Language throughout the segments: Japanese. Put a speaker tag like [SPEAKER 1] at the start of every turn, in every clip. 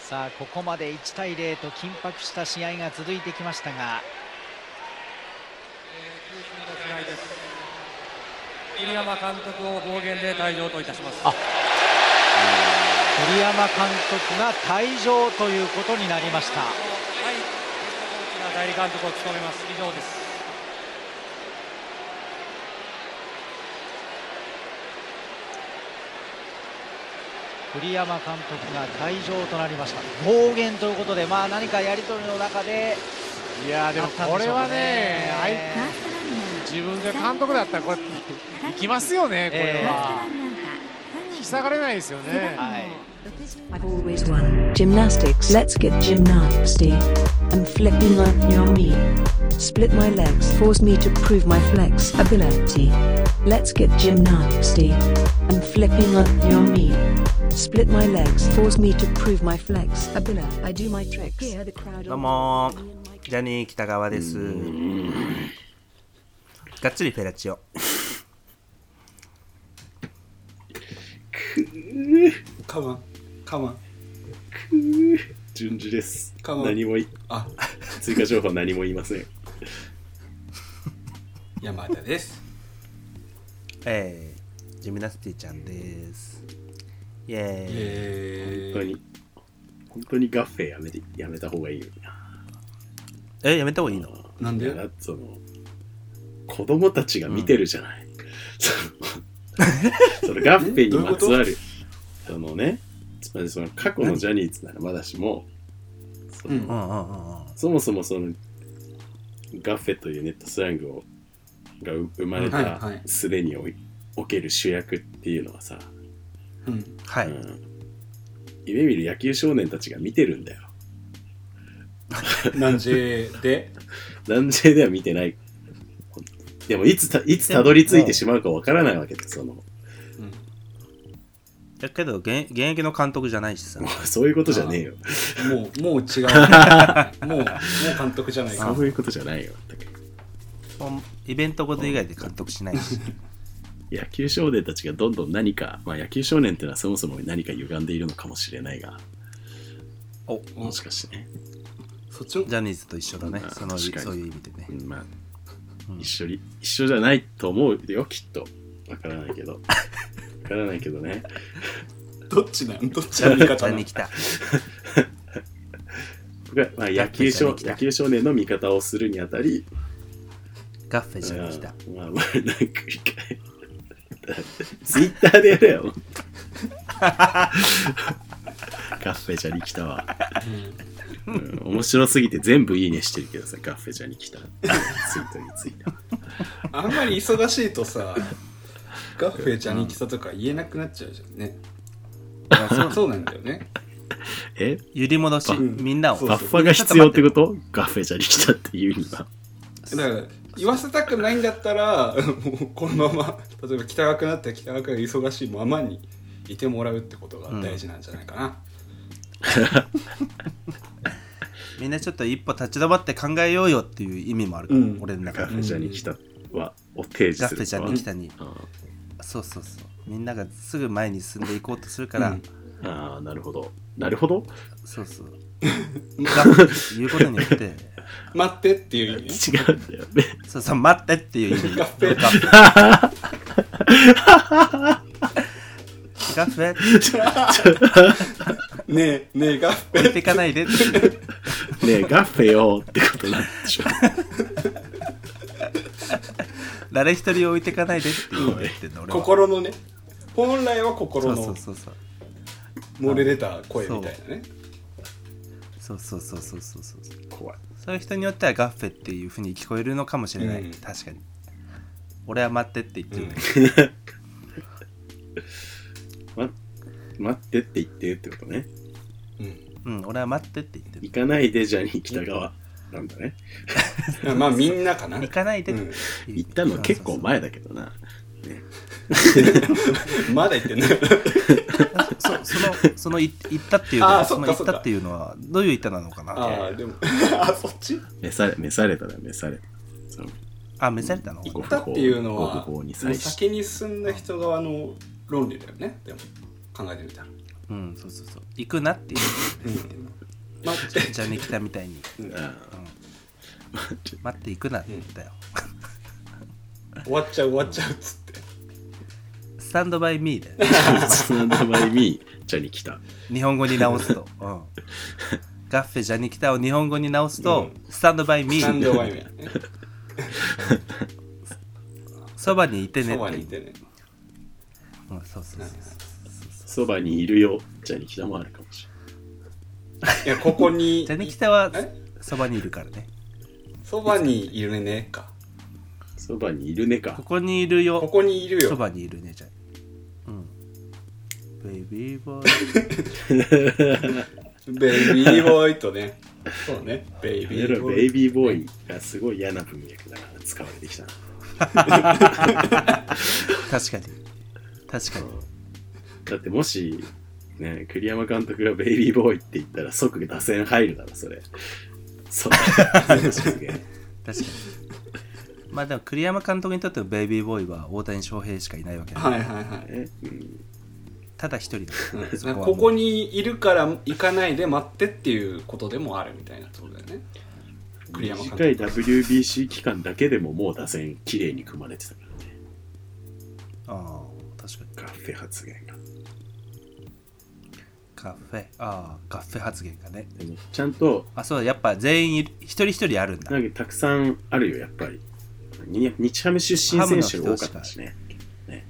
[SPEAKER 1] さあここまで1対0と緊迫した試合が続いてきましたが
[SPEAKER 2] 栗山監督を暴言で退場といたします。
[SPEAKER 1] あ栗山監督が退場ということになりました
[SPEAKER 2] はい。が代理監督を務めます。以上です。
[SPEAKER 1] 栗山監督が退場となりました暴言ということでまあ何かやり取りの中で
[SPEAKER 3] いやーでもこれはね
[SPEAKER 1] あったんでしょうかね
[SPEAKER 3] あい自分が監督だったらこうやって行きますよねこれは、引き下がれないですよね
[SPEAKER 4] I've always won. Gymnastics. Let's get gymnastic. I'm flipping up your knee. Split my legs. Force me to prove my flexibility. Let's get gymnastic. I'm flipping up your knee. Split my legs. Force me to prove my flexibility. I do my tricks. Hear the crowd.
[SPEAKER 5] どうもジャニー北川ですがっつりフェラチオ
[SPEAKER 6] カマンカマン
[SPEAKER 7] 順次です。
[SPEAKER 6] かも
[SPEAKER 7] 何もい
[SPEAKER 6] あ
[SPEAKER 7] 追加情報は何も言いません。
[SPEAKER 6] 山田です
[SPEAKER 5] えー、ジムナスティちゃんですイエーイ
[SPEAKER 6] え
[SPEAKER 7] 本当
[SPEAKER 6] ー、
[SPEAKER 7] に、本当にガッフェやめてやめた方がいいよ
[SPEAKER 5] えやめた方がいいの
[SPEAKER 6] なん
[SPEAKER 7] な。い
[SPEAKER 6] で
[SPEAKER 7] やだってその子供たちが見てるじゃない。その そのガッフェにまつわるそのね、つまりその過去のジャニーズならまだしも、その
[SPEAKER 6] うん
[SPEAKER 5] うんうんうんうん
[SPEAKER 7] そもそもそのガッフェというネットスラングをが生まれ
[SPEAKER 6] はい
[SPEAKER 7] た
[SPEAKER 6] はい
[SPEAKER 7] すでにおいおける主役っていうのはさ、
[SPEAKER 6] うん
[SPEAKER 5] は
[SPEAKER 7] う
[SPEAKER 5] い
[SPEAKER 7] ん、夢見る野球少年たちが見てるんだよ。
[SPEAKER 6] なんでで
[SPEAKER 7] 南西では見てない。でもいつた、いつたどり着いてしまうかわからないわけです。その、
[SPEAKER 6] うん
[SPEAKER 5] だけど現現役の監督じゃないしさ
[SPEAKER 7] そういうことじゃねえよ。
[SPEAKER 6] もう、もう違う。もう、もう監督じゃないか。
[SPEAKER 7] そういうことじゃないよ。
[SPEAKER 5] もうイベントごと以外で監督しないし
[SPEAKER 7] 野球少年たちがどんどん何か、まあ野球少年っていうのはそもそも何か歪んでいるのかもしれないが、
[SPEAKER 5] お
[SPEAKER 7] もしかしてね、
[SPEAKER 6] そっちの、
[SPEAKER 5] ジャニーズと一緒だね
[SPEAKER 7] まあ
[SPEAKER 5] その
[SPEAKER 7] 確かに
[SPEAKER 5] そういう意味でね
[SPEAKER 7] うんまあ、
[SPEAKER 5] うん
[SPEAKER 7] 一緒に、一緒じゃないと思うよ、きっと。わからない けど。わからないけどね。
[SPEAKER 6] どっちなんどっちの味
[SPEAKER 5] ジ
[SPEAKER 6] 方
[SPEAKER 5] ャ
[SPEAKER 6] な
[SPEAKER 5] ニー
[SPEAKER 6] ん
[SPEAKER 5] 来た
[SPEAKER 7] 僕は、まあ野球少
[SPEAKER 5] 来た
[SPEAKER 7] 野球少年の味方をするにあたり、
[SPEAKER 5] ガッフェじゃなきた
[SPEAKER 7] うんまあまあ、なんか一回。ツイッターでやれよ。ガッフェジャに来たわ、うん面白すぎて全部いいねしてるけどさ、ガッフェジャに来た。ツイートについて。
[SPEAKER 6] あんまり忙しいとさ、ガッフェちゃんに来たとか言えなくなっちゃうじゃんね。そうなんだよね。
[SPEAKER 7] え
[SPEAKER 5] 揺り戻し
[SPEAKER 6] ん
[SPEAKER 5] みんなを
[SPEAKER 6] そう
[SPEAKER 7] バッファが必要ってことガッフェジャに来たっていうには。
[SPEAKER 6] だから、言わせたくないんだったら、もうこのまま、例えば北川くんだったら北川くんが忙しいままにいてもらうってことが大事なんじゃないかな。
[SPEAKER 5] みんなちょっと一歩立ち止まって考えようよっていう意味もあるから、
[SPEAKER 6] うん
[SPEAKER 5] 俺の
[SPEAKER 7] ガ
[SPEAKER 5] 中で、
[SPEAKER 7] ッフェジャに来たは、を提示
[SPEAKER 5] ガ
[SPEAKER 7] す
[SPEAKER 5] ッフ
[SPEAKER 7] る
[SPEAKER 5] ェじゃ
[SPEAKER 7] とは
[SPEAKER 5] に来たに
[SPEAKER 7] うん
[SPEAKER 5] そうそうそうみんながすぐ前に進んでいこうとするから、
[SPEAKER 6] うん
[SPEAKER 7] ああ、なるほど。なるほど
[SPEAKER 5] そうそうガッフェって言うことによって
[SPEAKER 6] 待ってっていう意味ね。
[SPEAKER 7] 違うんだよね。
[SPEAKER 5] そうそう待ってっていう意味
[SPEAKER 6] ガッフェ
[SPEAKER 5] ガッフェガッフェ
[SPEAKER 6] ねえ、ねえ、ガッフェ。
[SPEAKER 5] 置いてかないでっていう
[SPEAKER 7] ねえ、ガッフェよってことなんでしょ。
[SPEAKER 5] 誰一人置いてかないでっていうこと言ってんの俺は
[SPEAKER 6] 心のね。本来は
[SPEAKER 5] そ
[SPEAKER 6] 心
[SPEAKER 5] うそ
[SPEAKER 6] の
[SPEAKER 5] うそうそう
[SPEAKER 6] 漏れ出た声みたいなね。
[SPEAKER 5] そうそうそうそうそうそう
[SPEAKER 7] 怖い。
[SPEAKER 5] そういう人によってはガッフェっていうふうに聞こえるのかもしれない、
[SPEAKER 6] うん
[SPEAKER 5] 確かに俺は待ってって言ってるんだけど、
[SPEAKER 7] ま、待ってって言ってってことね。
[SPEAKER 6] うん
[SPEAKER 5] うん俺は待ってって言ってる
[SPEAKER 7] 行かないでジャニー北川なんだね。
[SPEAKER 6] まあみんなかな。
[SPEAKER 5] 行かないでっていう、
[SPEAKER 7] 行ったのは結構前だけどな。
[SPEAKER 6] まだ言って ない。
[SPEAKER 5] そうそうそうそそのそのい行ったっていうの
[SPEAKER 6] あ
[SPEAKER 5] は
[SPEAKER 6] ー
[SPEAKER 5] その行
[SPEAKER 6] そっかそ
[SPEAKER 5] っ
[SPEAKER 6] っか
[SPEAKER 5] たっていうのはどういう行ったなのかなあ
[SPEAKER 6] ああ、でも、 あそっち
[SPEAKER 7] 召され、召されたら召された。その
[SPEAKER 5] 召されたの
[SPEAKER 6] 行ったっていうのは、
[SPEAKER 7] ご不法に
[SPEAKER 6] もう
[SPEAKER 7] 際し
[SPEAKER 6] 先に進んだ人側の論理だよね。でも、考えてみたら。
[SPEAKER 5] うんそうそうそう行くなっていう
[SPEAKER 6] まあ、
[SPEAKER 5] じゃじゃね来たみたいに
[SPEAKER 7] 待って
[SPEAKER 5] 待って行くなって言ったよ
[SPEAKER 6] 終わっちゃう終わっちゃうっつって。
[SPEAKER 5] スタンドバイミーだよね
[SPEAKER 7] スタンドバイミーじゃに来た。
[SPEAKER 5] 日本語に直すと、うん、ガッフェジャニキタを日本語に直すと、スタンドバイミ
[SPEAKER 6] スタンド
[SPEAKER 5] ー
[SPEAKER 6] バイ ミーね。
[SPEAKER 5] そばにいてねっ
[SPEAKER 6] そば
[SPEAKER 5] て
[SPEAKER 6] に
[SPEAKER 5] い、
[SPEAKER 6] いうてね。
[SPEAKER 5] うん、そうそうそう
[SPEAKER 7] そばにいるよじゃに来たもあるかもし
[SPEAKER 6] いや、ここに
[SPEAKER 5] ジャ、ニキタは
[SPEAKER 6] え
[SPEAKER 5] そばにいるからね
[SPEAKER 6] そばにいるねか。
[SPEAKER 7] れない。そばにいるねか
[SPEAKER 5] こ。こにいる
[SPEAKER 6] こ
[SPEAKER 5] よ
[SPEAKER 6] こにいる
[SPEAKER 5] そ
[SPEAKER 6] よ。
[SPEAKER 5] ばにいるねじゃあうんベイビーボーイ
[SPEAKER 6] ベイビーボーイとね。そうね。ベイ
[SPEAKER 7] や
[SPEAKER 6] ビ
[SPEAKER 7] め
[SPEAKER 6] ー
[SPEAKER 7] ろ
[SPEAKER 6] ボ
[SPEAKER 7] ベイ
[SPEAKER 6] ーイ。
[SPEAKER 7] ビーボーイがすごい嫌な文脈だから使われてきたな。
[SPEAKER 5] 確かに確かに
[SPEAKER 7] だってもし、ね、栗山監督がベイビーボーイって言ったら即打線入るだろ、それ。そう。すげえ
[SPEAKER 5] 確かにまあでも栗山監督にとってのベイビーボーイは大谷翔平しかいないわけだ
[SPEAKER 6] はいはいはい。
[SPEAKER 7] ねうん
[SPEAKER 5] ただ一人だからそはもう
[SPEAKER 6] ここにいるから行かないで待ってっていうことでもあるみたいなってことだよね。栗山監督
[SPEAKER 7] 短い WBC 期間だけでももう打線綺麗に組まれてたからね。
[SPEAKER 5] ああ確かに
[SPEAKER 7] ガッフェ発言が。
[SPEAKER 5] カフェああカフェ発言がね
[SPEAKER 7] でもちゃんと
[SPEAKER 5] あそうだやっぱ全員いる一人一人あるんだ
[SPEAKER 7] なんかたくさんあるよ、やっぱり。に日ハム出身選手が多かったしね。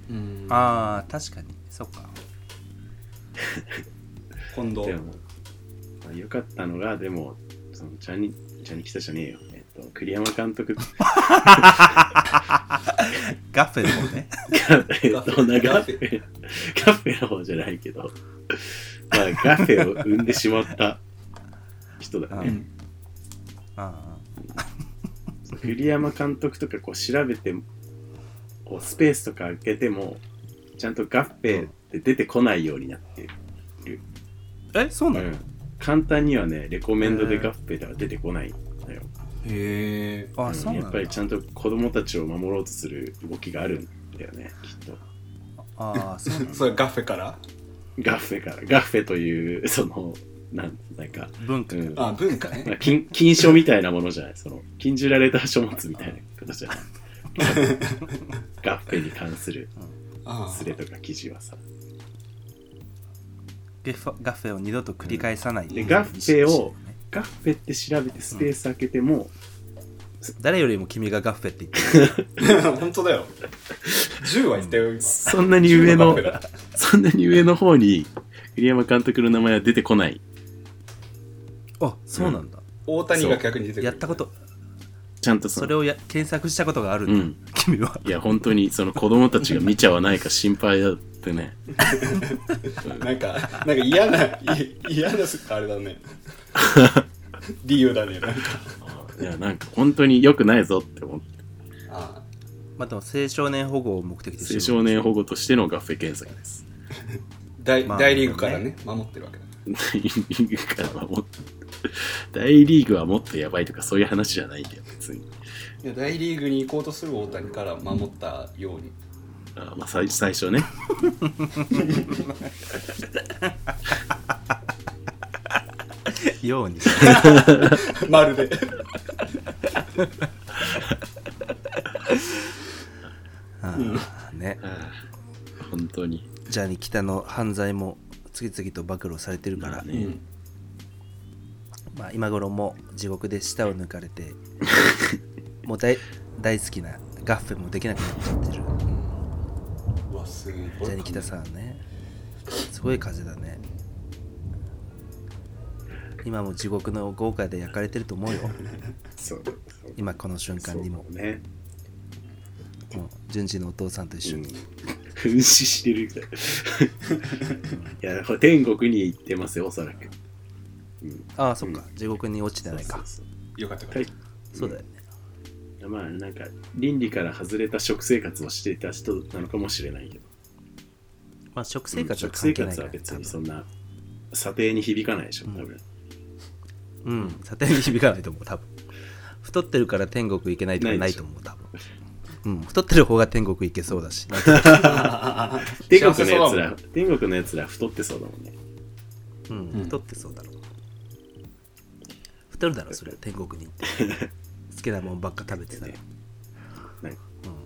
[SPEAKER 6] うん
[SPEAKER 5] ああ確かにそっか
[SPEAKER 6] 今度
[SPEAKER 7] でも、まあ、よかったのが、でも、そのジャニ、ジャニ来たじゃねえよ。えっと、栗山監督が、
[SPEAKER 5] ガッフェの方 ね
[SPEAKER 7] えっと、なガッ
[SPEAKER 6] ガッ
[SPEAKER 7] フ
[SPEAKER 6] フ
[SPEAKER 7] ェ、ガッフェの方じゃないけど、まあ、ガッフェを生んでしまった人だね。
[SPEAKER 5] あ
[SPEAKER 7] 栗山監督とかこう調べてもこうスペースとか開けてもちゃんと合併って出てこないようになってる、
[SPEAKER 5] あえそうなの、
[SPEAKER 7] うん簡単にはねレコメンドで合併では出てこないんだよ、
[SPEAKER 6] へえ。
[SPEAKER 5] あ
[SPEAKER 7] うん
[SPEAKER 5] そう
[SPEAKER 7] や
[SPEAKER 5] な
[SPEAKER 7] っ
[SPEAKER 5] ん
[SPEAKER 7] ぱ
[SPEAKER 5] だ
[SPEAKER 7] りちゃんと子供たちを守ろうとする動きがあるんだよねきっと
[SPEAKER 5] ああそうなんだ
[SPEAKER 6] それガフェから
[SPEAKER 7] 合併から合併というそのなんなんか、
[SPEAKER 5] 文化
[SPEAKER 7] うん
[SPEAKER 6] あ、文化
[SPEAKER 7] ま
[SPEAKER 6] ね。
[SPEAKER 7] あ、禁禁書みたいなものじゃないその禁じられた書物みたいなことじゃない 合併に関する
[SPEAKER 6] あ
[SPEAKER 7] スレとか記事はさ
[SPEAKER 5] ゲファガッフェを二度と繰り返さない、
[SPEAKER 7] でガッフェをガッフェって調べてスペース開けても、
[SPEAKER 5] 誰よりも君がガッフェって言ってる
[SPEAKER 6] あ。本当だよ。10は言ったよ、今。
[SPEAKER 7] そんなに上の
[SPEAKER 6] 10ガッフェだ
[SPEAKER 7] そんなに上の方に栗山監督の名前は出てこない
[SPEAKER 5] あそうなんだ、
[SPEAKER 6] 大谷が逆に出てくる。
[SPEAKER 5] やったこと
[SPEAKER 7] ちゃんとその
[SPEAKER 5] それをや検索したことがあるんだ、
[SPEAKER 7] うん
[SPEAKER 5] 君はい
[SPEAKER 7] や本当にその子供たちが見ちゃわないか心配だってね
[SPEAKER 6] なんか、なんか嫌な、い嫌なす、あれだね。理由だね、なんか。
[SPEAKER 7] いやなんか本当に良くないぞって思って
[SPEAKER 6] あ
[SPEAKER 5] まあでも青少年保護を目的として
[SPEAKER 7] 青
[SPEAKER 5] る
[SPEAKER 7] 少年保護としての合併検索です
[SPEAKER 6] 大
[SPEAKER 5] まあ
[SPEAKER 6] 大リーグからね、守ってるわけだ。
[SPEAKER 7] 大リーグからはもっと大リーグはもっとやばいとかそういう話じゃないんだよ別に
[SPEAKER 6] いや大リーグに行こうとする大谷から守ったように。
[SPEAKER 7] あまあ最最初ね
[SPEAKER 5] ように
[SPEAKER 6] まるで。
[SPEAKER 5] ね
[SPEAKER 7] 本当に
[SPEAKER 5] ジャニ北の犯罪も次々と暴露されてるから、
[SPEAKER 7] まあ
[SPEAKER 5] まあ
[SPEAKER 7] ね
[SPEAKER 5] 今頃も地獄で舌を抜かれてもう大大好きなガッフェもできなくなっちゃってる
[SPEAKER 6] うわ、すご
[SPEAKER 5] ジャ
[SPEAKER 6] い
[SPEAKER 5] ニ。北さんねすごい風だね今も地獄の豪華で焼かれてると思うよ
[SPEAKER 7] そう
[SPEAKER 5] 今この瞬間にも
[SPEAKER 7] ね
[SPEAKER 5] もう順次のお父さんと一緒に、
[SPEAKER 7] 噴死してるみたい いやこれ天国に行ってますよおそらく
[SPEAKER 5] ああそっか、地獄に落ちてないか
[SPEAKER 7] そう
[SPEAKER 6] よかったよ
[SPEAKER 7] そ
[SPEAKER 6] か
[SPEAKER 7] う
[SPEAKER 6] っ
[SPEAKER 7] か
[SPEAKER 5] そうだよね
[SPEAKER 7] いまあなんか倫理から外れた食生活をしていた人なのかもしれないけど
[SPEAKER 5] まあ食生活は
[SPEAKER 7] 食
[SPEAKER 5] 関
[SPEAKER 7] 生
[SPEAKER 5] 係ない
[SPEAKER 7] 活
[SPEAKER 5] か
[SPEAKER 7] は
[SPEAKER 5] ら、ね、
[SPEAKER 7] 別にそんな査定に響かないでしょ多分、
[SPEAKER 5] うん査定に響かないと思う多分太ってるから天国行けないとかないと思う多分うん、太ってる方が天国行けそうだし。
[SPEAKER 7] 天
[SPEAKER 6] 幸せ
[SPEAKER 7] 国
[SPEAKER 6] そう
[SPEAKER 7] の
[SPEAKER 6] だ
[SPEAKER 7] や
[SPEAKER 6] も
[SPEAKER 7] つ
[SPEAKER 6] ん
[SPEAKER 7] ら、天国のやつら太ってそうだもんね。
[SPEAKER 5] うん、
[SPEAKER 6] うん
[SPEAKER 5] 太ってそうだろう。太るだろ、それは天国に行 って。好きなもんばっか食べてたら。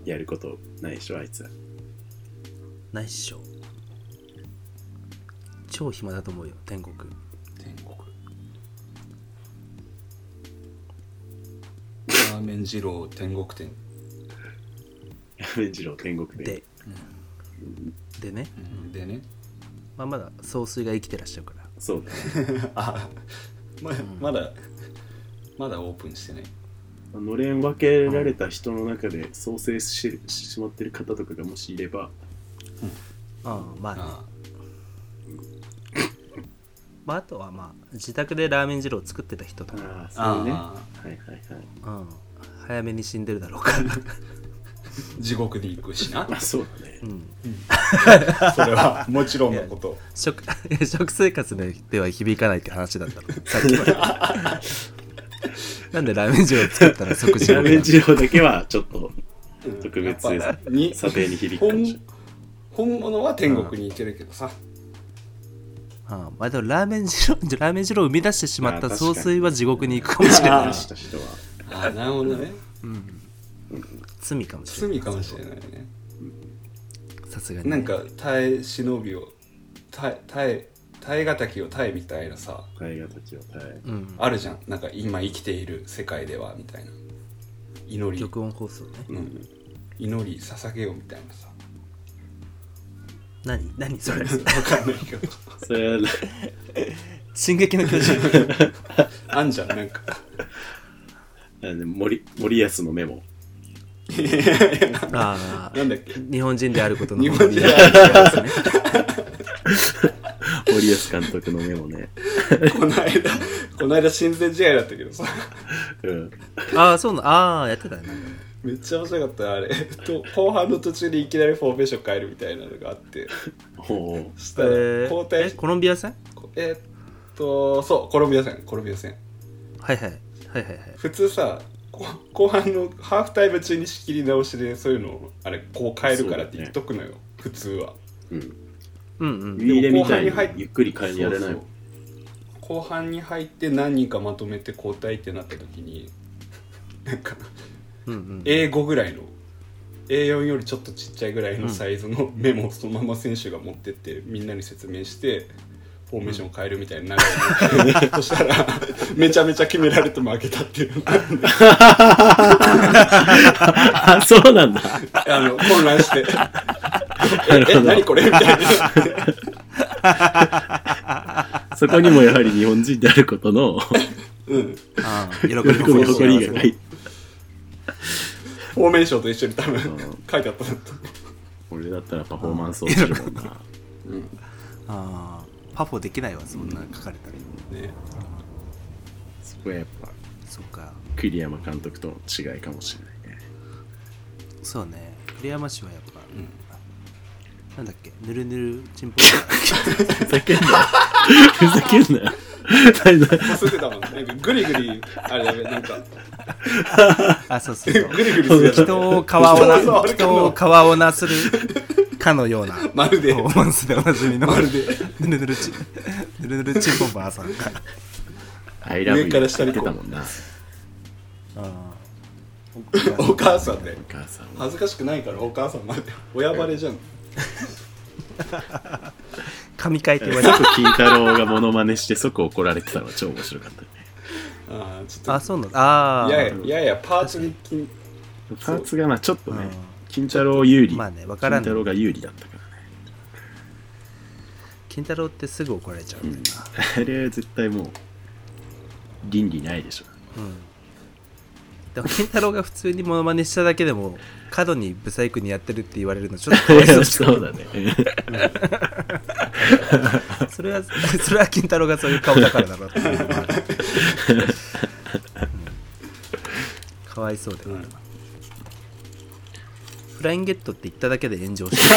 [SPEAKER 7] やることないでしょ、あいつら。
[SPEAKER 5] ないっしょ。超暇だと思うよ、天国。
[SPEAKER 6] 天国ラーメン二郎天国店
[SPEAKER 7] ラーメン二郎天国で
[SPEAKER 5] で、でね、
[SPEAKER 6] でね
[SPEAKER 5] まあ、まだ総帥が生きてらっしゃるから。
[SPEAKER 7] そうだね。
[SPEAKER 6] あままだまだオープンしてない
[SPEAKER 7] のれん分けられた人の中で創生してしまってる方とかがもしいれば、
[SPEAKER 5] うん、まあね、
[SPEAKER 6] あ
[SPEAKER 5] まあ、あとはまあ、自宅でラーメン二郎を作ってた人とか、
[SPEAKER 7] ああ、
[SPEAKER 6] あ
[SPEAKER 7] そうね。は
[SPEAKER 6] ああ
[SPEAKER 7] いはいはい。
[SPEAKER 5] うん、早めに死んでるだろうから。
[SPEAKER 6] 地獄に行くしな
[SPEAKER 7] まあそうだね
[SPEAKER 5] う。ん
[SPEAKER 6] それ はもちろんのこと
[SPEAKER 5] 食 食生活では響かないって話だ ったのさっきまでなんでラーメン汁を作ったら即時
[SPEAKER 7] ラーメン二郎だけはちょっと
[SPEAKER 6] うん
[SPEAKER 7] 特別です
[SPEAKER 6] やっぱに
[SPEAKER 7] 査定に響くかもしれ
[SPEAKER 6] 本本物は天国に行けるけどさ
[SPEAKER 5] うんまあ、でもラーメン汁をラーメン汁を生み出してしまっ
[SPEAKER 7] ま
[SPEAKER 5] た
[SPEAKER 7] あ確か
[SPEAKER 5] 総
[SPEAKER 7] に
[SPEAKER 5] 帥は地獄に行くかもしれ
[SPEAKER 7] な。
[SPEAKER 5] ないい
[SPEAKER 7] 出した人は。
[SPEAKER 6] あなるほどね
[SPEAKER 5] 罪かもしれない
[SPEAKER 6] 罪かもしれないね
[SPEAKER 5] さすがにね、
[SPEAKER 6] なんか耐え忍びを耐え耐え耐えがたきを耐えみたいなさ
[SPEAKER 7] 大河時を耐え。
[SPEAKER 5] うん、
[SPEAKER 6] あるじゃんなんか今生きている世界ではみたいな祈り、
[SPEAKER 5] 玉音放送ね
[SPEAKER 6] うん、祈り捧げようみたいなさ
[SPEAKER 5] 何何それ
[SPEAKER 6] 分かんないけど
[SPEAKER 7] それは
[SPEAKER 5] 進撃の巨 人
[SPEAKER 6] あんじゃんなんか
[SPEAKER 7] あの森森保のメモ。
[SPEAKER 5] あ
[SPEAKER 6] なんだっけ
[SPEAKER 5] あ日本人であることの
[SPEAKER 6] 日本人
[SPEAKER 7] 森保監督のメモね。
[SPEAKER 6] この間この間親善試合だったけどさ
[SPEAKER 7] うん。
[SPEAKER 5] ああそうなああやってたねなんかね
[SPEAKER 6] めっちゃ面白かったあれと後半の途中にいきなりフォーメーション変えるみたいなのがあって
[SPEAKER 7] おお。
[SPEAKER 6] したら
[SPEAKER 5] え
[SPEAKER 6] 交
[SPEAKER 5] ー、
[SPEAKER 6] 代
[SPEAKER 5] えコロンビア戦
[SPEAKER 6] えーっとそうコロンビア戦コロンビア戦
[SPEAKER 5] はいはいはいはいはい
[SPEAKER 6] 普通さこ後半のハーフタイム中に仕切り直しでそういうのをあれこう変えるからって言っとくのよ、普通は
[SPEAKER 7] うん。
[SPEAKER 5] うんうん
[SPEAKER 7] ウィーレみたいに
[SPEAKER 6] 後半に入って
[SPEAKER 7] ゆっくり変えにやれない
[SPEAKER 6] そうそう後半に入って何人かまとめて交代ってなった時になんか
[SPEAKER 5] うんうん
[SPEAKER 6] A5 ぐらいの A4 よりちょっとちっちゃいぐらいのサイズのメモをそのまま選手が持ってってみんなに説明してフォーメーションを変えるみたいな 流れにそしたらめちゃめちゃ決められて負けたっていう
[SPEAKER 7] あ、そうなんだ。
[SPEAKER 6] あの混乱して
[SPEAKER 7] るほ
[SPEAKER 6] え
[SPEAKER 7] ど
[SPEAKER 6] え何これみたいな
[SPEAKER 7] そこにもやはり日本人であることの
[SPEAKER 5] ああ喜び
[SPEAKER 7] 喜び誇りがない。
[SPEAKER 6] フォーメーションと一緒に多分
[SPEAKER 7] ん
[SPEAKER 6] 書いてあったの
[SPEAKER 7] 俺だったらパフォーマンス落ちるもんな。
[SPEAKER 5] ああパフォできないわそんな書かれたら、
[SPEAKER 6] ね
[SPEAKER 7] そこはやっぱ
[SPEAKER 5] そっか
[SPEAKER 7] 栗山監督との違いかもしれないね。
[SPEAKER 5] そうね栗山氏はやっぱ、なんだっけぬるぬるチンポ
[SPEAKER 7] ふざけんなよ。ふざけんなよ。 何だ
[SPEAKER 6] 擦ってたもんねなんかグリグリあれだべなんか
[SPEAKER 5] あそうそうそう
[SPEAKER 6] グリグリするやつ
[SPEAKER 5] 人を川を
[SPEAKER 6] 人を
[SPEAKER 5] な
[SPEAKER 6] 川を
[SPEAKER 5] 人を川をなするかのような
[SPEAKER 6] まるで
[SPEAKER 5] パフォーマンスでおなじみの
[SPEAKER 6] まるで
[SPEAKER 5] ぬるぬるチンぬるぬるチンポンバーさんが
[SPEAKER 7] アイラブ
[SPEAKER 6] 上から下
[SPEAKER 7] 言
[SPEAKER 6] に
[SPEAKER 7] っ
[SPEAKER 6] こ
[SPEAKER 7] て
[SPEAKER 6] う
[SPEAKER 7] たもんな。
[SPEAKER 6] お母さんで
[SPEAKER 7] お母さんは。
[SPEAKER 6] 恥ずかしくないからお母さんまで親バレじゃん
[SPEAKER 5] 神回って言われ て
[SPEAKER 7] 即金太郎がモノマネして即怒られてたのが超面白かったね。
[SPEAKER 6] あーちょ
[SPEAKER 5] あ
[SPEAKER 6] っ
[SPEAKER 5] そうなんだあ
[SPEAKER 6] と
[SPEAKER 5] あ
[SPEAKER 6] ややややパーツに金
[SPEAKER 7] パーツがまあちょっとね
[SPEAKER 5] うん、
[SPEAKER 7] 金太郎有利。
[SPEAKER 5] まあねわからん
[SPEAKER 7] 金太郎が有利だったからね。
[SPEAKER 5] 金太郎ってすぐ怒られちゃうんだよな
[SPEAKER 7] あれは絶対もう、倫理ないでしょ。
[SPEAKER 5] でも金太郎が普通にモノマネしただけでも過度にブサイクにやってるって言われるのちょっとかわいそうです
[SPEAKER 7] そうだね。
[SPEAKER 5] それは それは金太郎がそういう顔だからだろうっていうのもあるうんかわいそうだよ、あれはフラインゲットって言っただけで炎上して
[SPEAKER 6] っ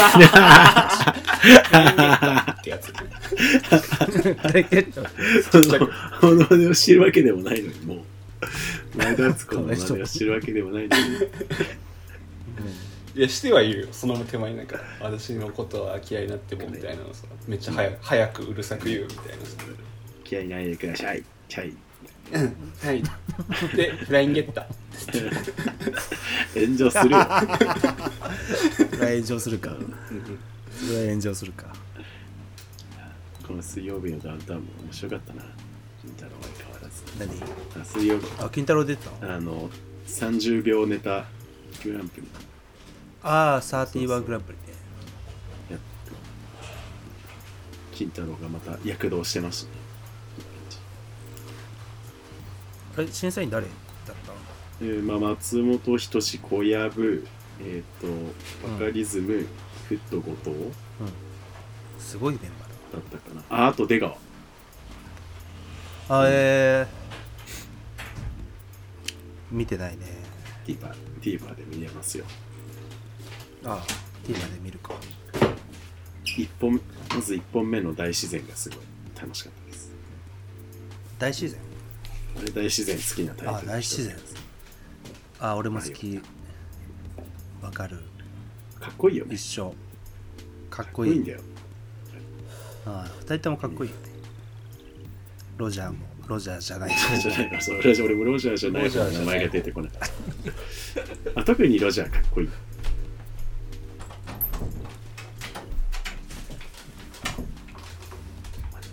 [SPEAKER 6] てやつね
[SPEAKER 5] る フラインゲット
[SPEAKER 7] そのモノマネを知るわけで もないのにもう前田敦子のモノマネを知るわけでもないのに
[SPEAKER 6] いやしてはいるよその手前になんか私のことは嫌いになってもみたいなのさめっちゃ早く早くうるさく言うみたいなさ
[SPEAKER 7] 気合いないでください。チャイ。
[SPEAKER 6] はいでフラインゲッタ
[SPEAKER 7] 炎上する
[SPEAKER 5] それ
[SPEAKER 7] よ。
[SPEAKER 5] は炎上するかそれは炎上するか
[SPEAKER 7] この水曜日のダウンタウンも面白かったな。金太郎は変わらず。
[SPEAKER 5] 何
[SPEAKER 7] あ水曜日、
[SPEAKER 5] あ金太郎出てたの
[SPEAKER 7] あの、30秒ネタグランプリ
[SPEAKER 5] ああ31グランプリね
[SPEAKER 7] やって、金太郎がまた躍動してましたね。
[SPEAKER 5] あれ審査員誰だったの
[SPEAKER 7] えーまあ、松本人志、小籔、えっ、と、バカリズム、フット後藤
[SPEAKER 5] すごいメンバーだ
[SPEAKER 7] だったかな。あ、あと出川。
[SPEAKER 5] あえー、見てないね
[SPEAKER 7] TVer、TVer で見れますよ。
[SPEAKER 5] ああ TVer で見るか
[SPEAKER 7] 一本、まず1本目の大自然がすごい楽しかったです。
[SPEAKER 5] 大自然
[SPEAKER 7] 俺大自然好きなタイプの
[SPEAKER 5] あ大自然
[SPEAKER 7] 人です
[SPEAKER 5] ああ俺も好きわかる
[SPEAKER 7] かっこいいよね
[SPEAKER 5] 一。緒かっ
[SPEAKER 7] か
[SPEAKER 5] こ
[SPEAKER 7] っ
[SPEAKER 5] い
[SPEAKER 7] こ
[SPEAKER 5] い
[SPEAKER 7] いいんだよ。
[SPEAKER 5] ああ2人ともかっこいいよねロジャーもロジャーじゃない
[SPEAKER 7] じゃないか、そう俺俺もロジャーじゃない方の名前が出てこない。あ特にロジャーかっこいい。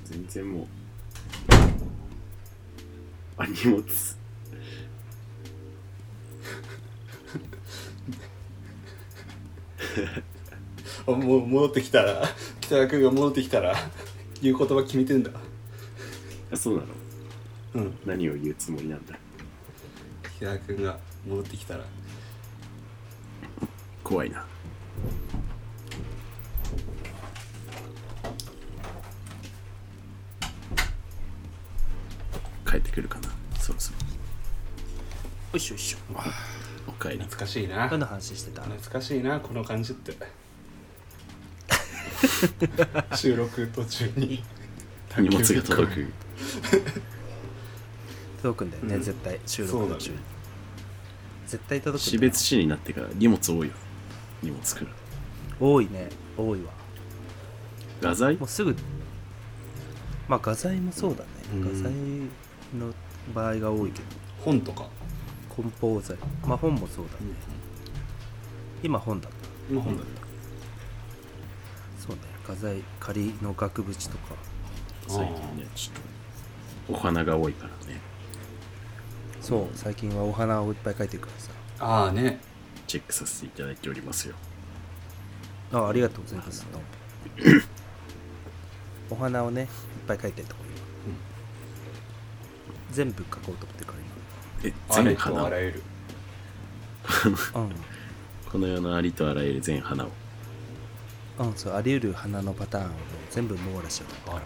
[SPEAKER 7] 全然もう。あ、荷物。
[SPEAKER 6] あもう戻ってきたら北川君が戻ってきたら言う言葉決めてんだ
[SPEAKER 7] あ、そうなの
[SPEAKER 6] うん
[SPEAKER 7] 何を言うつもりなんだ
[SPEAKER 6] 北川君が戻ってきたら
[SPEAKER 7] 怖いな。帰ってくるかなそろそろ。
[SPEAKER 5] おいしょよいしょ
[SPEAKER 7] おかえり。
[SPEAKER 6] 懐かしいな
[SPEAKER 5] 何の話してた
[SPEAKER 6] 懐かしいなこの感じって収録途中に
[SPEAKER 7] 荷物が届く。
[SPEAKER 5] 届くんだよね、
[SPEAKER 6] うん
[SPEAKER 5] 絶対収録途中に、
[SPEAKER 6] そうだね
[SPEAKER 5] 絶対届くんだ
[SPEAKER 7] 死
[SPEAKER 5] よ
[SPEAKER 7] 別市になってから荷物多いよ。荷物来る。
[SPEAKER 5] 多いね多いわ
[SPEAKER 7] 画材
[SPEAKER 5] もうすぐまあ画材もそうだね、
[SPEAKER 6] う
[SPEAKER 5] 画
[SPEAKER 6] ん
[SPEAKER 5] 材の場合が多いけど
[SPEAKER 6] 本とか
[SPEAKER 5] 梱包材まあ本もそうだね、今本だった
[SPEAKER 6] 今本だった
[SPEAKER 5] そうね画材仮の額縁とか
[SPEAKER 7] 最近ね、ちょっとお花が多いからね。
[SPEAKER 5] そう最近はお花をいっぱい描いてくからさ
[SPEAKER 6] ああね
[SPEAKER 7] チェックさせていただいておりますよ。
[SPEAKER 5] あありがとうございますどうも お花をねいっぱい描いてるとこ今、全部描こうと思ってるから
[SPEAKER 7] え、
[SPEAKER 6] あれ
[SPEAKER 7] 全
[SPEAKER 6] とあ
[SPEAKER 7] 花
[SPEAKER 6] らゆる
[SPEAKER 5] 今うん
[SPEAKER 7] この世のありとあらゆる全花を。
[SPEAKER 5] うん、そうあり得る花のパターンをね全部網羅しちゃったから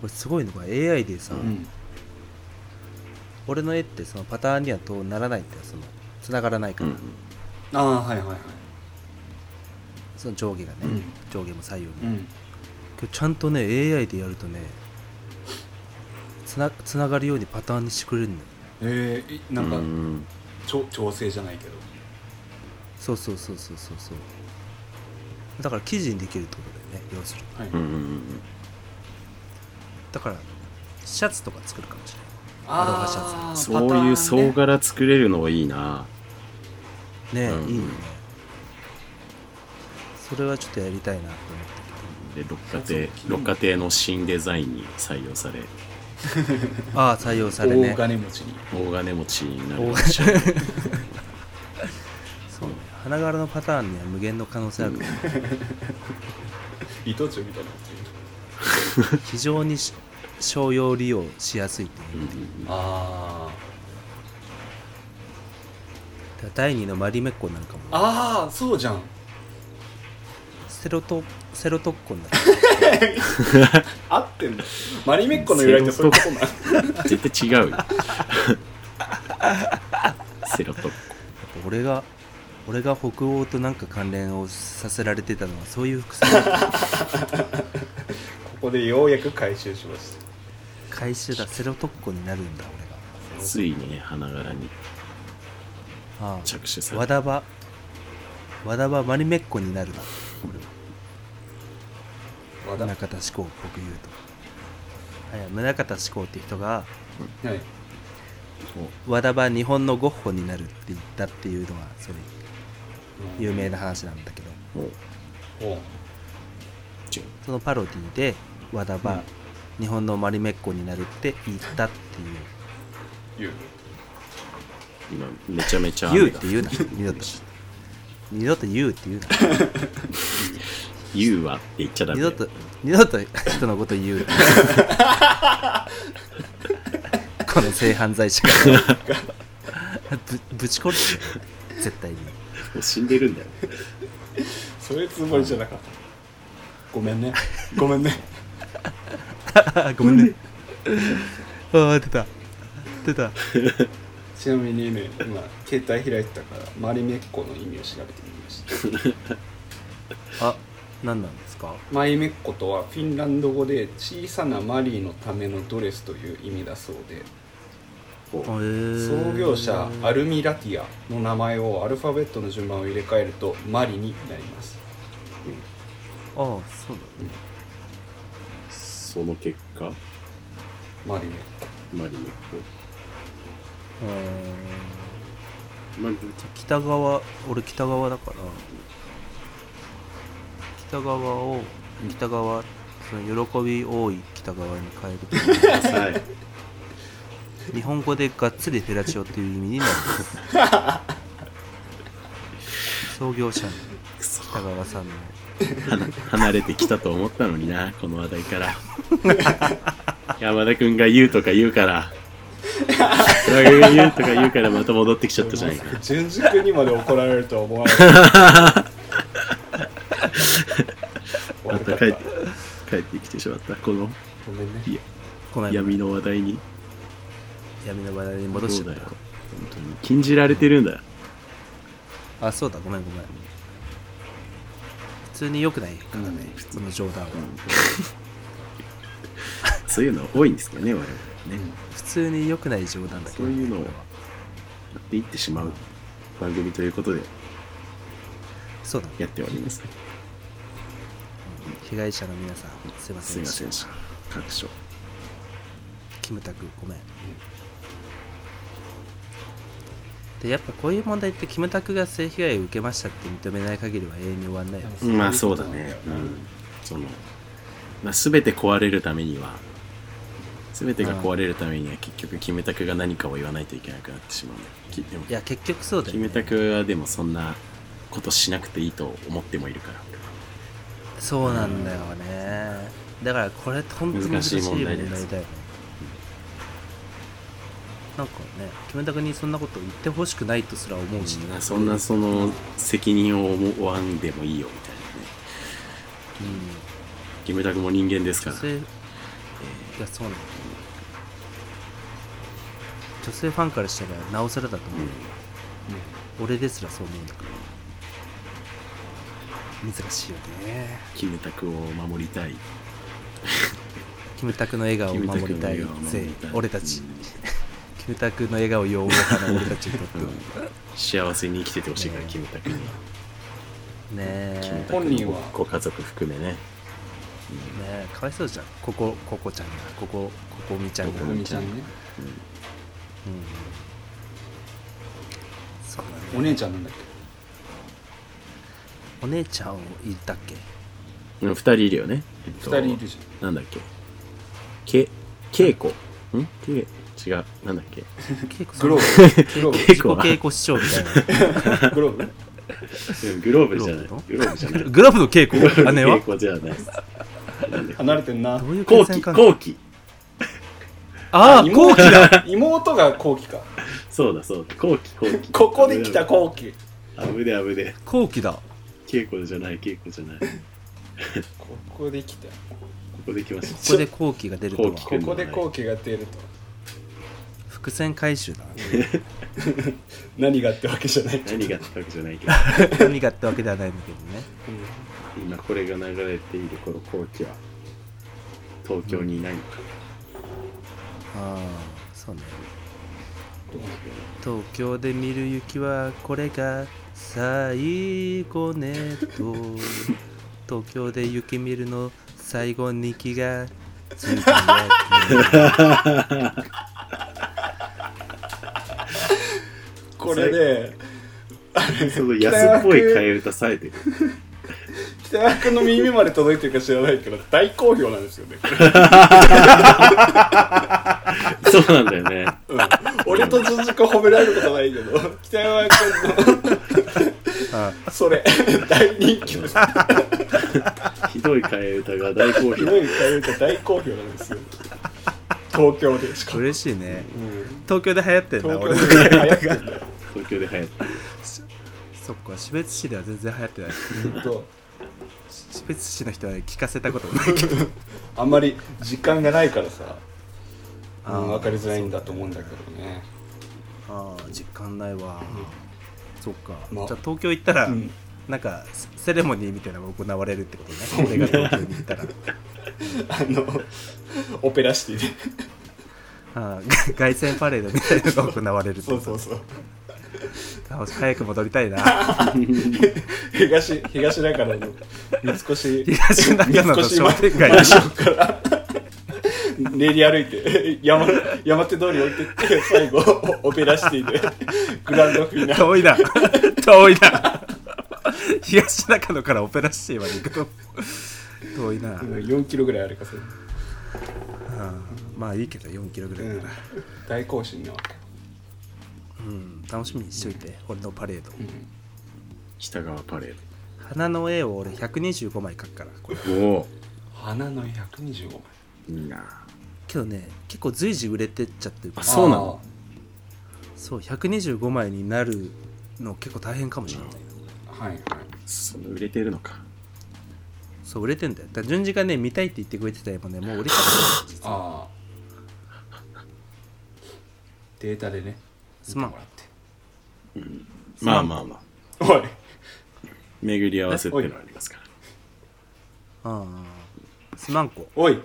[SPEAKER 5] これすごいのが AI でさ、
[SPEAKER 6] うん
[SPEAKER 5] 俺の絵ってそのパターンにはどうならないってその繋がらないか
[SPEAKER 7] う
[SPEAKER 5] ら、
[SPEAKER 7] ん。
[SPEAKER 6] ああはいはいはい
[SPEAKER 5] その上下がね、
[SPEAKER 6] うん
[SPEAKER 5] 上下も左右も、
[SPEAKER 6] うん
[SPEAKER 5] 今日ちゃんとね AI でやるとねつなつながるようにパターンにしてくれるんだよ
[SPEAKER 6] えー、いなんか、
[SPEAKER 7] うん
[SPEAKER 6] ちょ調整じゃないけど
[SPEAKER 5] そうそうそうそうそうそうだから記事にできるってことだよね要するに
[SPEAKER 6] はい、
[SPEAKER 7] うんうんうん。
[SPEAKER 5] だからシャツとか作るかもしれない
[SPEAKER 6] あー
[SPEAKER 5] アロハシャ
[SPEAKER 6] パターンね
[SPEAKER 7] そういう総柄作れるのはいいな。
[SPEAKER 5] ねえ、
[SPEAKER 7] うん
[SPEAKER 5] いいよねそれはちょっとやりたいなと思って
[SPEAKER 7] で、六花亭、六花亭の新デザインに採用され、
[SPEAKER 5] ああ採用され
[SPEAKER 6] 大
[SPEAKER 5] ね
[SPEAKER 6] 金持ちに
[SPEAKER 7] 大金持ちにな
[SPEAKER 5] 大
[SPEAKER 7] る。
[SPEAKER 5] 金そうね花柄のパターンには無限の可能性ある、
[SPEAKER 6] 伊藤忠みたいなこと
[SPEAKER 5] 非常にし商用利用しやすいっていう、だか
[SPEAKER 6] あ
[SPEAKER 5] ら第二のマリメッコになるかも
[SPEAKER 6] あああそうじゃん
[SPEAKER 5] セロトセロトッコになる
[SPEAKER 6] 合ってんのマリメッコの由来ってそういうことなの
[SPEAKER 7] 絶対違うよ。 セロトッ
[SPEAKER 5] 俺が俺が北欧となんか関連をさせられてたのはそういう伏線だ
[SPEAKER 6] ここでようやく回収しました
[SPEAKER 5] 回収だセロトッコになるんだ俺が
[SPEAKER 7] コ。ついにね、花柄に。
[SPEAKER 5] あ
[SPEAKER 7] 着手さ
[SPEAKER 5] あ
[SPEAKER 7] れ
[SPEAKER 5] 和田
[SPEAKER 7] た
[SPEAKER 5] 場和田場マリメッコになるなこれは
[SPEAKER 6] 和田は
[SPEAKER 5] 宗像志功僕言うとあいや宗像志功って人が
[SPEAKER 6] い
[SPEAKER 5] 和田場日本のゴッホになるって言ったっていうのがそれ有名な話なんだけど
[SPEAKER 6] おう
[SPEAKER 5] そのパロディで和田場、日本のマリメッコになるって言ったっていう
[SPEAKER 6] 言う
[SPEAKER 7] 今めちゃめちゃ
[SPEAKER 5] 言う
[SPEAKER 7] 雨
[SPEAKER 5] っ
[SPEAKER 7] が
[SPEAKER 5] て言うな二度と二度と言うって言うな
[SPEAKER 7] 言うわって言っちゃダメ
[SPEAKER 5] 二度と二度と人のこと言う ってこの性犯罪者 がぶぶち殺すよ絶対に
[SPEAKER 7] もう死んでるんだ よ
[SPEAKER 6] そういうつもりじゃなかったごめんね ごめんね
[SPEAKER 5] あ ごめんねああ出た出た
[SPEAKER 6] ちなみにね今携帯開いてたからマリメッコの意味を調べてみました
[SPEAKER 5] あ何なんですか
[SPEAKER 6] マリメッコとはフィンランド語で小さなマリーのためのドレスという意味だそうで創
[SPEAKER 5] 創
[SPEAKER 6] 業者アルミラティアの名前をアルファベットの順番を入れ替えるとマリになります
[SPEAKER 5] ああそう
[SPEAKER 7] その結果
[SPEAKER 6] マリメッ
[SPEAKER 7] マ
[SPEAKER 5] だ
[SPEAKER 7] リメッ
[SPEAKER 5] ね
[SPEAKER 7] コマリメ
[SPEAKER 5] じゃあ北側俺北側だから北側を北側その喜び多い北側に変え る
[SPEAKER 7] ッコはい
[SPEAKER 5] と日本語でがっつりフェラチオっていう意味 になります創業者の北川さんの
[SPEAKER 7] 離離れてきたと思ったのになこの話題から 山田君が言うとか言うから山田君が言うとか言うからまた戻ってきちゃったじゃないか
[SPEAKER 6] コ 純熟にまで怒られるとは思わなかった
[SPEAKER 7] ま
[SPEAKER 6] 悪か
[SPEAKER 7] た
[SPEAKER 6] っ
[SPEAKER 7] 帰ったて帰ってきてしまったこの
[SPEAKER 6] ごめんね
[SPEAKER 5] この闇
[SPEAKER 7] 闇の話題に
[SPEAKER 5] 闇の話題に戻し
[SPEAKER 7] そう
[SPEAKER 5] て
[SPEAKER 7] だ
[SPEAKER 5] た
[SPEAKER 7] よ本当に禁じられてるんだ
[SPEAKER 5] あそうだごめんごめん普通に良くないからね、その冗談は、
[SPEAKER 7] そういうの多いんですけどね我々ね
[SPEAKER 5] 普通に良くない冗談だけど
[SPEAKER 7] そういうのをやっていってしまう番組ということで
[SPEAKER 5] そうだね
[SPEAKER 7] やっております
[SPEAKER 5] 被害者の皆さんすいませ
[SPEAKER 7] す
[SPEAKER 5] ん
[SPEAKER 7] い
[SPEAKER 5] で
[SPEAKER 7] ま
[SPEAKER 5] した
[SPEAKER 7] せんでした各所
[SPEAKER 5] キムタクごめんでやっぱこういう問題ってキムタクが性被害を受けましたって認めない限りは永遠に終わんないよね
[SPEAKER 7] まあそうだね、うん、その、まあ、全て壊れるためには全てが壊れるためには結局キムタクが何かを言わないといけなくなってしまうんだきでも
[SPEAKER 5] いや結局そうだ
[SPEAKER 7] キ
[SPEAKER 5] よ、
[SPEAKER 7] ム
[SPEAKER 5] ね、
[SPEAKER 7] タクはでもそんなことしなくていいと思ってもいるから
[SPEAKER 5] そうなんだよねだからこれ本当に難しい
[SPEAKER 7] 難し
[SPEAKER 5] 問
[SPEAKER 7] い問
[SPEAKER 5] 題
[SPEAKER 7] 題
[SPEAKER 5] だ
[SPEAKER 7] で
[SPEAKER 5] よ
[SPEAKER 7] す
[SPEAKER 5] ねなんかねキムタクにそんなこと言ってほしくないとすら思うし、
[SPEAKER 7] 俺はそんなその責任を負わんでもいいよみたいなね
[SPEAKER 5] うん
[SPEAKER 7] キムタクも人間ですか
[SPEAKER 5] 女
[SPEAKER 7] ら
[SPEAKER 5] 性いやそうなんだよ女性ファンからしたらなおさらだと思うよ、俺ですらそう思うんだから難しいよね
[SPEAKER 7] キムタクを守りたい
[SPEAKER 5] キムタクの笑顔を
[SPEAKER 7] キムタクの
[SPEAKER 5] 守りたい
[SPEAKER 7] 笑顔を守
[SPEAKER 5] ぜ
[SPEAKER 7] りたい
[SPEAKER 5] 俺たち、
[SPEAKER 7] うん
[SPEAKER 5] キムタクの笑顔を擁護派の俺たちにとっては
[SPEAKER 7] 幸せに生きててほしいから、
[SPEAKER 5] ね
[SPEAKER 7] キムタクには
[SPEAKER 5] ね
[SPEAKER 7] キ
[SPEAKER 5] え
[SPEAKER 7] ムタク
[SPEAKER 6] 本人は
[SPEAKER 7] のご家族含めね
[SPEAKER 5] ねえかわいそうじゃんここここちゃんがここここみちゃんが、
[SPEAKER 6] こ
[SPEAKER 5] う
[SPEAKER 6] こ
[SPEAKER 5] ん、
[SPEAKER 6] みちゃんね
[SPEAKER 5] そうだ
[SPEAKER 6] お
[SPEAKER 5] ね
[SPEAKER 6] 姉ちゃんなんだっけ
[SPEAKER 5] お姉ちゃんを言ったっけ
[SPEAKER 7] うん、2人いるよね、えっ
[SPEAKER 6] 二
[SPEAKER 7] と
[SPEAKER 6] 人いるじ
[SPEAKER 7] なんだっけけ稽古んけ違うなんだっけ
[SPEAKER 5] 稽古
[SPEAKER 6] ゃんグロ
[SPEAKER 5] 自
[SPEAKER 6] ーブグロー
[SPEAKER 5] 己
[SPEAKER 7] 稽古は
[SPEAKER 5] 稽古師匠みたいな
[SPEAKER 6] ブ グローブ
[SPEAKER 7] グローブじゃない
[SPEAKER 5] グロー
[SPEAKER 7] グローブじゃない
[SPEAKER 5] グラフの稽古姉は
[SPEAKER 7] 稽古じゃないです
[SPEAKER 6] 離れてんな
[SPEAKER 5] どういう
[SPEAKER 7] 後
[SPEAKER 5] 計算
[SPEAKER 7] 期
[SPEAKER 5] 関係
[SPEAKER 7] 後期
[SPEAKER 5] ああ後期だ
[SPEAKER 6] 妹が後期か
[SPEAKER 7] そうだそうだ後期後期
[SPEAKER 6] ここで来た後期
[SPEAKER 7] 危ねえ危ねえ
[SPEAKER 5] 後期だ
[SPEAKER 7] 稽古じゃない稽古じゃないこ
[SPEAKER 6] ここで来た
[SPEAKER 7] こで来ました
[SPEAKER 5] ここで後期が出るとは
[SPEAKER 7] 後期
[SPEAKER 6] ここで後期が出ると
[SPEAKER 5] 伏線回収だ
[SPEAKER 6] 何がってわけじゃない
[SPEAKER 7] 何があったわけじゃないけど
[SPEAKER 5] 何がってわけではないんだけどね
[SPEAKER 7] 今これが流れているこの後期は東京にいないのか、
[SPEAKER 5] ああそうね東京で見る雪はこれが最後ねと東京で雪見るの最後に気がついたや
[SPEAKER 6] これで、
[SPEAKER 7] その安っぽい替え歌されてる。
[SPEAKER 6] 北川君の耳まで届いてるか知らないけど、大好評なんですよ ね、これ。
[SPEAKER 7] そうなんだよね。
[SPEAKER 6] うん俺とジョジコ褒められることないけど、北川君 の、それ、大人気です。
[SPEAKER 7] ひどい替え歌が大好
[SPEAKER 6] ひ
[SPEAKER 7] 評
[SPEAKER 6] ど。い替え歌大好評なんですよ。東京でしか
[SPEAKER 5] つ
[SPEAKER 6] も。
[SPEAKER 5] 嬉しいね
[SPEAKER 6] うん
[SPEAKER 5] 東京で流行ってんだ
[SPEAKER 6] 東
[SPEAKER 5] 俺
[SPEAKER 6] 京で流行ってんだよ。
[SPEAKER 7] 東京で流行った。
[SPEAKER 5] そっか標津市では全然流行ってない
[SPEAKER 6] ほんと
[SPEAKER 5] 標津市の人は聞かせたことないけど
[SPEAKER 6] あんまり時間がないからさ、う
[SPEAKER 5] あー
[SPEAKER 6] ん、分かりづらいんだと思うんだけどね。
[SPEAKER 5] ああ実感ないわそっかじゃ
[SPEAKER 6] ま
[SPEAKER 5] あ東京行ったら
[SPEAKER 6] うん
[SPEAKER 5] なんかセセレモニーみたいなのが行われるってことね俺が東京に行ったら
[SPEAKER 6] あの、オペラシティで。
[SPEAKER 5] ああ凱旋パレードみたいなのが行われるって
[SPEAKER 6] そ
[SPEAKER 5] こ
[SPEAKER 6] うそう
[SPEAKER 5] と
[SPEAKER 6] そう。
[SPEAKER 5] あ早く戻りたい な
[SPEAKER 6] 東、東だからの三越、
[SPEAKER 5] 東中野の商店街
[SPEAKER 6] マンションから練り歩いて山山手通り降りてって最後オペラシティでグランドフィナーレ
[SPEAKER 5] 遠いな遠いな東中野からオペラシティまで行くと遠いな、
[SPEAKER 6] うん4キロぐらい歩かせる、
[SPEAKER 5] まあいいけど4キロぐら
[SPEAKER 6] う
[SPEAKER 5] い
[SPEAKER 6] ん
[SPEAKER 5] なら、
[SPEAKER 6] 大行進なわけ
[SPEAKER 5] うん楽しみにしといて俺のパレード
[SPEAKER 7] 北川パレー
[SPEAKER 5] 花の絵を俺125枚描くからこれ
[SPEAKER 7] ド。おお。
[SPEAKER 6] 花の125枚
[SPEAKER 7] いいな。
[SPEAKER 5] けどね結構随時売れてっちゃってるから
[SPEAKER 7] あそうなの
[SPEAKER 5] そう125枚になるの結構大変かもしれない
[SPEAKER 6] あーはいはい
[SPEAKER 7] その売れてるのか。
[SPEAKER 5] そう売れてんだよだから順次がね見たいって言ってくれてた絵もねもう売 れちゃってる実は
[SPEAKER 6] ああデータでね
[SPEAKER 5] すまん
[SPEAKER 6] 見て
[SPEAKER 7] まあまあまあ。
[SPEAKER 6] もらって
[SPEAKER 7] 巡り合わせっていうのはありますから。
[SPEAKER 5] ああすまんこ
[SPEAKER 6] おいおい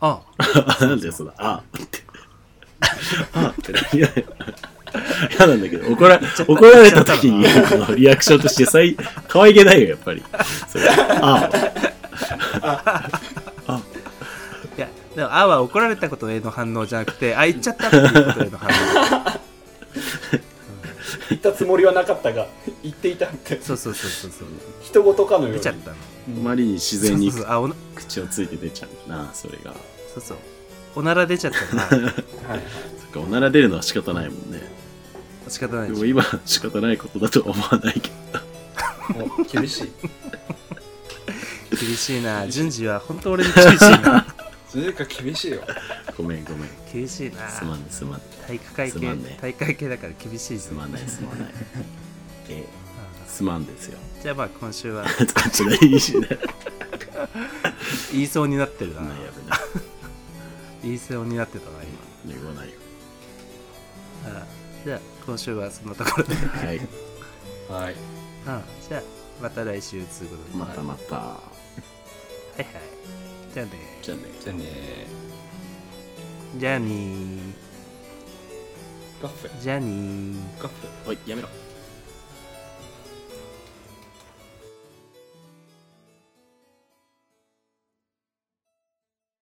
[SPEAKER 5] ああ
[SPEAKER 7] なんだよ、その、ああって。ああって何や嫌なんだけど、怒ら怒られた時に、そのリアクションとして最、可愛げないよ、やっぱり。それあ
[SPEAKER 5] いやでもあは怒られたことへの反応じゃなくてあ行っちゃったっていうことへの反 応
[SPEAKER 6] 行ったつもりはなかったが言っていたって
[SPEAKER 5] そうそうそうそうそう
[SPEAKER 6] 人事かのように
[SPEAKER 5] 出ちゃったの
[SPEAKER 7] ああまりに自然に
[SPEAKER 5] そうそうそうあおな
[SPEAKER 7] 口をついて出ちゃうな、それが。
[SPEAKER 5] そうそうおなら出ちゃったから
[SPEAKER 6] はいはい
[SPEAKER 7] そっか、おなら出るのは仕方ないもんね。
[SPEAKER 5] 仕方ない
[SPEAKER 7] で
[SPEAKER 5] でし
[SPEAKER 7] も今、仕方ないことだとは思わないけど。
[SPEAKER 6] もう厳しい
[SPEAKER 5] ょ厳しいな順次は本当俺に厳しい な
[SPEAKER 6] それか厳しいよ
[SPEAKER 7] ごめん、ごめん。
[SPEAKER 5] 厳しいな
[SPEAKER 7] すまんね、すまんね。
[SPEAKER 5] 体育会
[SPEAKER 7] す
[SPEAKER 5] 系、
[SPEAKER 7] まんね
[SPEAKER 5] 体育会系だから厳しいです
[SPEAKER 7] すまない、すま ない。ええすまんですよ。
[SPEAKER 5] じゃあまあ今週は
[SPEAKER 7] ちょっといいしね。
[SPEAKER 5] 言いそうになってるな
[SPEAKER 7] ないや べな。
[SPEAKER 5] 言いそうになってたな
[SPEAKER 7] 言わないよ。
[SPEAKER 5] 今あじゃあ今週はそんなとこ ろでうん
[SPEAKER 7] はい。
[SPEAKER 6] はい
[SPEAKER 5] じゃあまた来週ということで
[SPEAKER 7] また
[SPEAKER 5] はいは
[SPEAKER 7] また。
[SPEAKER 5] いじゃあね
[SPEAKER 7] じゃあね。
[SPEAKER 6] じゃあね
[SPEAKER 5] じゃあにー
[SPEAKER 6] カフェ
[SPEAKER 5] じゃあにー
[SPEAKER 6] カフェ
[SPEAKER 7] おい、やめろ。